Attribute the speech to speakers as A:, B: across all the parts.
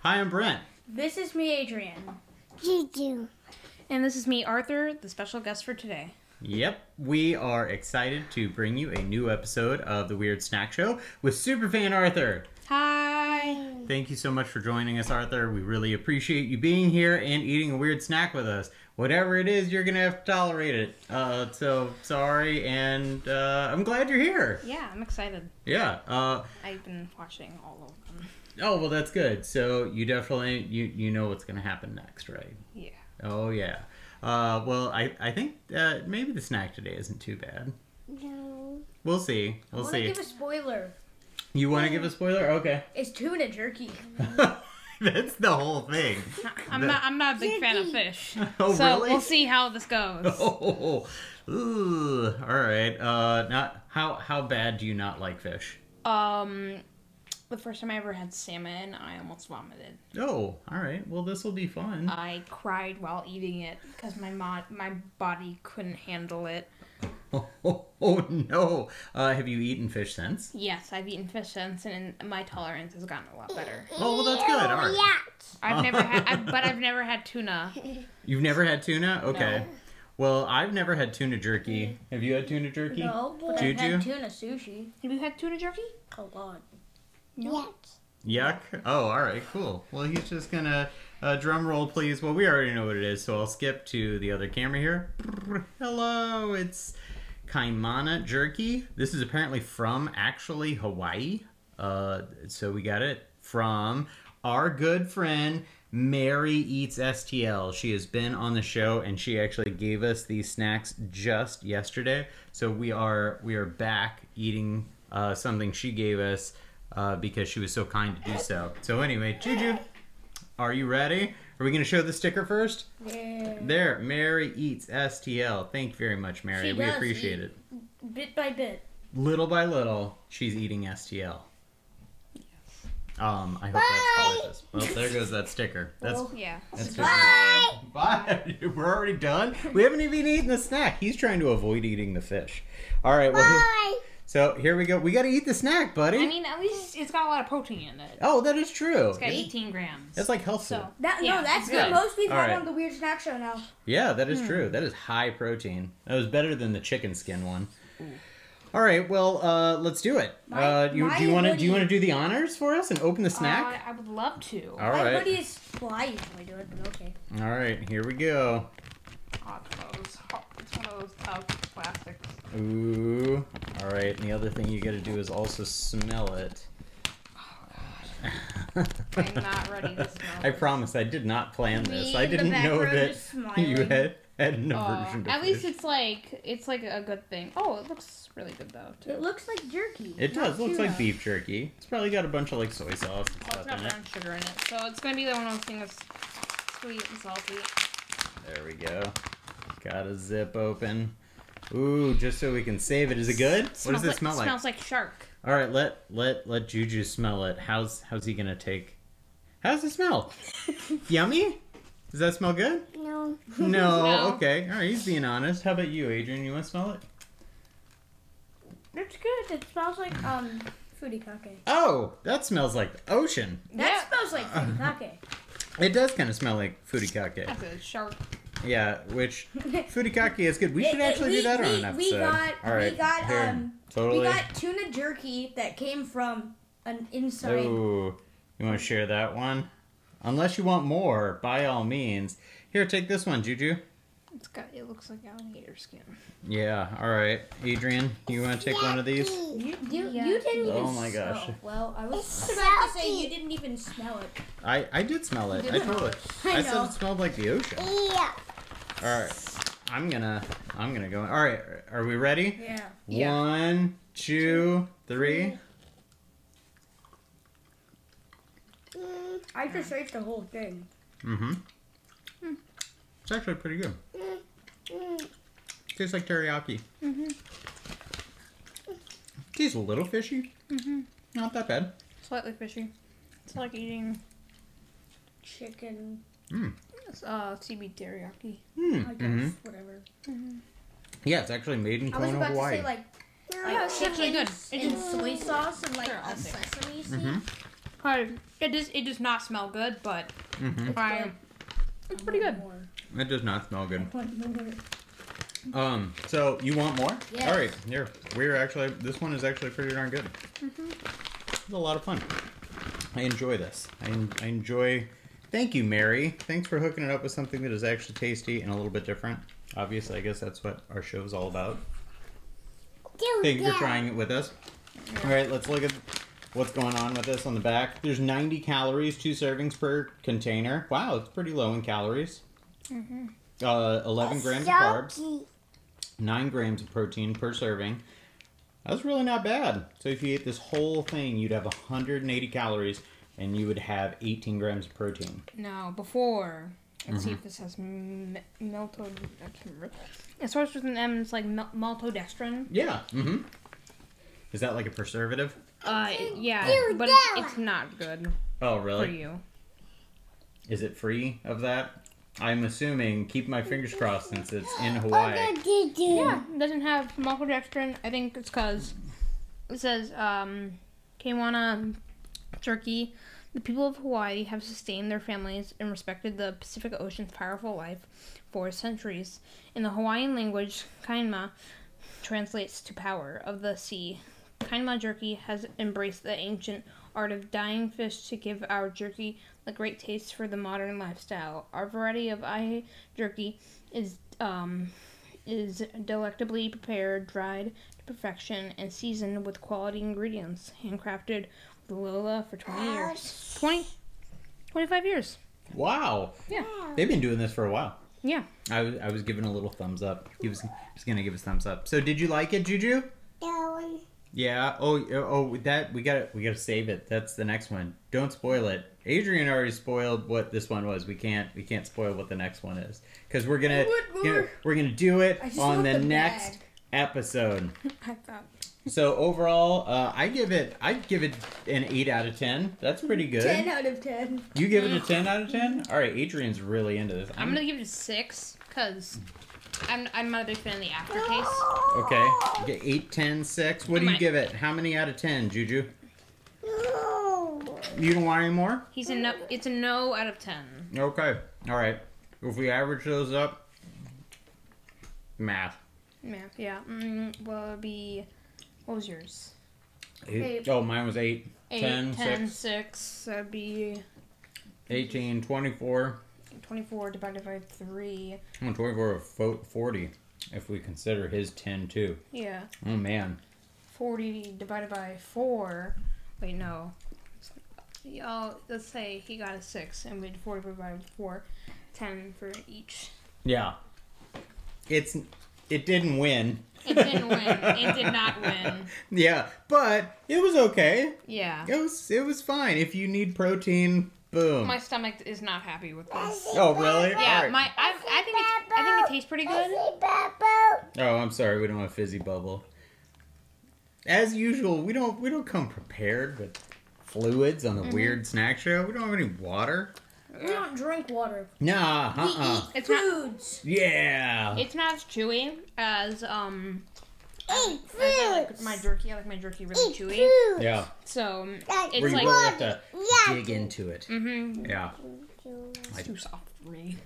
A: Hi, I'm Brent.
B: This is me, Adrian.
C: Juju.
B: And this is me, Arthur, the special guest for today.
A: Yep, we are excited to bring you a new episode of the Weird Snack Show with Superfan Arthur.
B: Hi.
A: Thank you so much for joining us, Arthur. We really appreciate you being here and eating a weird snack with us. Whatever it is, you're gonna have to tolerate it. Uh, so sorry, and uh, I'm glad you're here.
B: Yeah, I'm excited.
A: Yeah. Uh,
B: I've been watching all of them.
A: oh well, that's good. So you definitely you you know what's gonna happen next, right?
B: Yeah.
A: Oh yeah. Uh, well, I I think uh, maybe the snack today isn't too bad.
C: No.
A: We'll see. We'll
B: I want to
A: see.
B: give a spoiler.
A: You want to give a spoiler? Okay.
B: It's tuna jerky.
A: That's the whole thing.
D: I'm not. I'm not a big fan of fish.
A: Oh,
D: so
A: really?
D: we'll see how this goes.
A: Oh, ooh. All right. Uh, not how how bad do you not like fish?
D: Um, the first time I ever had salmon, I almost vomited.
A: Oh, all right. Well, this will be fun.
D: I cried while eating it because my mo- my body couldn't handle it.
A: Oh, oh, oh, no. Uh, have you eaten fish since?
D: Yes, I've eaten fish since, and my tolerance has gotten a lot better.
A: Oh, well, that's good. All right.
C: Yeah.
D: I've never had, i but I've never had tuna.
A: You've never had tuna? Okay. Well, I've never had tuna jerky. Have you had tuna jerky?
B: No, but I've
A: Juju?
B: had tuna sushi. Oh,
D: Have you had tuna jerky?
B: A lot.
A: Yuck. Oh, all right, cool. Well, he's just gonna uh, drum roll, please. Well, we already know what it is, so I'll skip to the other camera here. Brrr. Hello, it's Kaimana jerky. This is apparently from actually Hawaii. Uh, so we got it from our good friend Mary Eats STL. She has been on the show and she actually gave us these snacks just yesterday. So we are we are back eating uh, something she gave us uh, because she was so kind to do so. So anyway, Juju, are you ready? Are we gonna show the sticker first?
B: Yeah.
A: There, Mary eats STL. Thank you very much, Mary.
B: She
A: we
B: does
A: appreciate
B: eat.
A: it.
B: Bit by bit.
A: Little by little, she's eating STL. Um, I hope
C: Bye.
A: that's delicious. Well, there goes that sticker. That's
D: Oh, Yeah.
A: that's bye. Bye. We're already done. We haven't even eaten the snack. He's trying to avoid eating the fish. All right. Well, here-
C: Bye.
A: so here we go. We got to eat the snack, buddy.
D: I mean, at least it's got a lot of protein in it.
A: oh, that is true.
D: It's got 18 grams.
A: That's like health food.
D: So-
B: That,
D: Yeah,
B: no, that's
D: good.
B: the most we've
A: All
B: had
A: right.
B: on the Weird Snack Show now.
A: Yeah, that
D: Hmm.
A: is true. That is high protein. That was better than the chicken skin one. All right, well, uh, let's do it.
B: My-
A: uh, you,
B: my
A: do you want to do you
B: hoodie-
A: want to do the honors for us and open the snack? Oh.
D: Uh, I would love to.
A: All
B: My
A: right,
B: hoodie is. Well, I usually do it, but okay.
A: all right. Here we go.
D: Hot clothes. Hot- It's one of those tough plastics.
A: Ooh. All right. And the other thing you got to do is also smell it.
D: I'm not ready to smell
A: I
D: it.
A: promise I did not plan this.
B: Me
A: I
B: in the
A: didn't
B: back
A: know
B: row
A: that
B: just
A: you
B: smiling.
A: had had an
D: Aw,
A: aversion to
D: Oh, at least
A: fish.
D: it's like it's like a good thing. Oh, it looks really good though. Too.
B: It looks like jerky.
A: it does.
B: not
A: Looks like
B: tuna.
A: beef jerky. It's probably got a bunch of like soy sauce and
D: Oh, it's
A: stuff
D: got
A: in it.
D: brown sugar in it, so it's gonna be the one of those things that's sweet and salty.
A: There we go. Got a zip open. Ooh, just so we can save it. Is it good? What does
D: Smells
A: it smell like?
D: Smells like shark.
A: All right, let let let Juju smell it. How's how's he gonna take? How's it smell? Yummy? Does that smell good?
C: No.
A: No.
D: No.
A: Okay. All right. He's being honest. How about you, Adrian? You want to smell it?
B: It's good. It smells like um furikake.
A: Oh, that smells like the ocean.
B: That smells like furikake.
A: It does kind of smell like furikake.
D: That's a shark.
A: Yeah, which furikake is good. We should
B: It- it-
A: actually do
B: we-
A: that on
B: we-
A: an episode.
B: we got-
A: All right.
B: we got,
A: here.
B: um,
A: totally.
B: We got tuna jerky that came from an inside.
A: Ooh, you want to share that one? Unless you want more, by all means. Here, take this one, Juju.
D: It's got. It looks like alligator skin.
A: Yeah, all right. Adrian, you want to take one of these?
C: Yucky.
B: You, you,
D: Yeah.
B: you didn't even
A: Oh my gosh.
B: smell. Well, I was
C: It's
B: about to say
C: salty.
B: you didn't even smell it.
A: I, I did smell it.
D: You
A: I
D: did
A: told it. I,
B: I
A: said
B: know.
A: it smelled like the ocean.
C: Yeah.
A: All right. I'm gonna I'm gonna go. All right, are we ready?
B: Yeah.
D: Yeah.
A: One, two, three.
C: Mm,
B: I just ate the whole thing.
A: Mm-hmm. It's actually pretty good.
C: mm, mm.
A: Tastes like teriyaki. Mm-hmm. Tastes a little fishy.
D: Mm-hmm.
A: Not that bad.
D: Slightly fishy. It's like eating
B: Chicken,
D: uh, seaweed teriyaki.
A: Hmm.
B: I guess,
A: Mm-hmm.
B: whatever.
A: Yeah, it's actually made in
B: I was
A: Kona,
B: about
A: Hawaii.
B: to say like,
C: No.
B: like
D: it's actually good.
B: chickens in soy sauce and like
D: Sure, I'll
B: a
D: take
B: sesame seed.
A: Mhm.
D: I, it does. It does not smell good, but
A: Mhm.
D: I, it's pretty good.
A: That does not smell good.
B: Want more?
A: Um, so you want more?
B: Yes.
A: All right, here. We're actually this one is actually pretty darn good. It's a lot of fun. I enjoy this. I, en- I enjoy. Thank you, Mary. Thanks for hooking it up with something that is actually tasty and a little bit different. Obviously, I guess that's what our show is all about.
C: Do
A: Thank you
C: that.
A: for trying it with us. All right, let's look at what's going on with this on the back. There's 90 calories, two servings per container. Wow, it's pretty low in calories. Uh, 11 grams of carbs.
C: Soggy.
A: nine grams of protein per serving. That's really not bad. So if you ate this whole thing, you'd have 180 calories and you would have 18 grams of protein.
D: Now before, let's see if this has m- malto. I can't remember. It starts with an M. and It's like mal- maltodextrin.
A: Yeah. Mm-hmm. Is that like a preservative?
D: Uh, it- yeah,
C: Ew,
D: but it's,
C: no.
D: it's not good
A: Oh,
D: for
A: really?
D: you.
A: Is it free of that? I'm assuming. Keep my fingers crossed since it's in
C: Oh,
A: Hawaii.
C: do, do.
D: Yeah, it doesn't have maltodextrin. I think it's because it says um, Kaiwana Turkey. The people of Hawaii have sustained their families and respected the Pacific Ocean's powerful life for centuries. In the Hawaiian language, kainma translates to power of the sea. Kainma jerky has embraced the ancient art of dyeing fish to give our jerky the great taste for the modern lifestyle. Our variety of ahi jerky is um, is delectably prepared, dried to perfection, and seasoned with quality ingredients, handcrafted with Lola for 20 years. 20, 25 years.
A: Wow.
D: Yeah.
A: They've been doing this for a while.
D: Yeah.
A: I was, I was giving a little thumbs up. He was, he was going to give us thumbs up. So did you like it, Juju?
C: That one.
A: Yeah. Oh. y- Oh. That we got. to We got to save it. That's the next one. Don't spoil it. Adrian already spoiled what this one was. We can't. We can't spoil what the next one is because we're gonna.
B: What
A: you know,
B: more?
A: we're gonna do it
B: I just
A: on
B: want
A: the,
B: the
A: next
B: bag.
A: episode.
D: I thought.
A: So overall, uh, I give it. I give it an eight out of ten. That's pretty good.
B: Ten out of ten.
A: You give it a ten out of ten. All right. Adrian's really into this.
D: I'm going to give it a 6 because I'm, I'm not a big fan of the aftertaste.
A: Okay. Get Eight, ten, six. What do you
D: Mine.
A: give it? How many out of ten, Juju?
C: No.
A: You don't want any more?
D: He's a no. It's a no out of 10.
A: Okay. All right. If we average those up, math.
D: Yeah. Yeah. Mm, will be. What was yours?
A: Eight.
B: Eight.
A: Oh, mine was eight.
D: Eight,
A: Ten,
D: 10,
A: six.
D: 6. That'd be
A: 18, 24.
D: 24 divided by 3.
A: Oh, 24 of fo- 40, if we consider his 10 too.
D: Yeah.
A: Oh, man.
D: 40 divided by 4. Wait, no. Y'all, let's say he got a 6 and we did 40 divided by 4. 10 for each.
A: Yeah. It's. It didn't win.
D: It didn't win. It did not win.
A: Yeah, but it was okay.
D: Yeah.
A: It was it was fine. If you need protein, boom.
D: My stomach is not happy with this.
A: oh really? All
D: Yeah,
A: right.
D: my I, I think it's, I think it tastes pretty good.
C: Fuzzy bubble.
A: Oh, I'm sorry. We don't have fizzy bubble. As usual, we don't we don't come prepared with fluids on the weird snack show. We don't have any water.
B: We don't drink water.
A: Nah, uh, uh
B: We eat
D: It's not-
B: foods.
A: Yeah.
D: It's not as chewy as um
C: Eat
D: as I like
C: fruits.
D: my jerky. I like my jerky really
C: Eat
D: chewy.
C: fruits.
A: yeah.
D: So um,
C: Like
D: it's
A: Where you
D: like
A: really have to
C: Yeah.
A: dig into it.
D: mm-hmm,
A: Yeah.
D: it's too soft for me.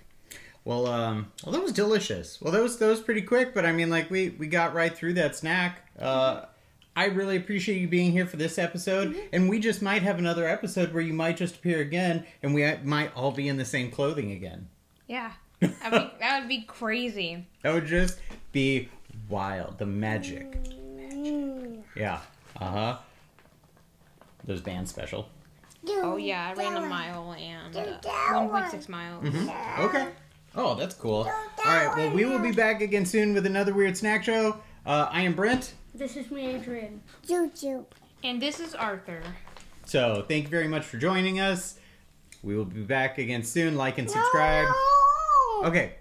A: Well, um, well, that was delicious. Well, that was that was pretty quick, but I mean, like we we got right through that snack. Uh, I really appreciate you being here for this episode, and we just might have another episode where you might just appear again, and we might all be in the same clothing again.
D: Yeah, that would be, that would be crazy.
A: That would just be wild. The magic.
C: Mm.
A: Yeah. Uh huh. Those bands special.
C: Do
D: Oh yeah, I ran
C: that
D: a
C: one.
D: mile and
C: Do
D: uh,
C: that
D: one point
C: one.
D: six miles.
A: Okay. Oh, that's cool. All right. Well, we will be back again soon with another weird snack show. Uh, I am Brent.
B: This is me, Adrian.
C: Juju.
D: And this is Arthur.
A: So thank you very much for joining us. We will be back again soon. Like and subscribe.
C: No.
A: Okay.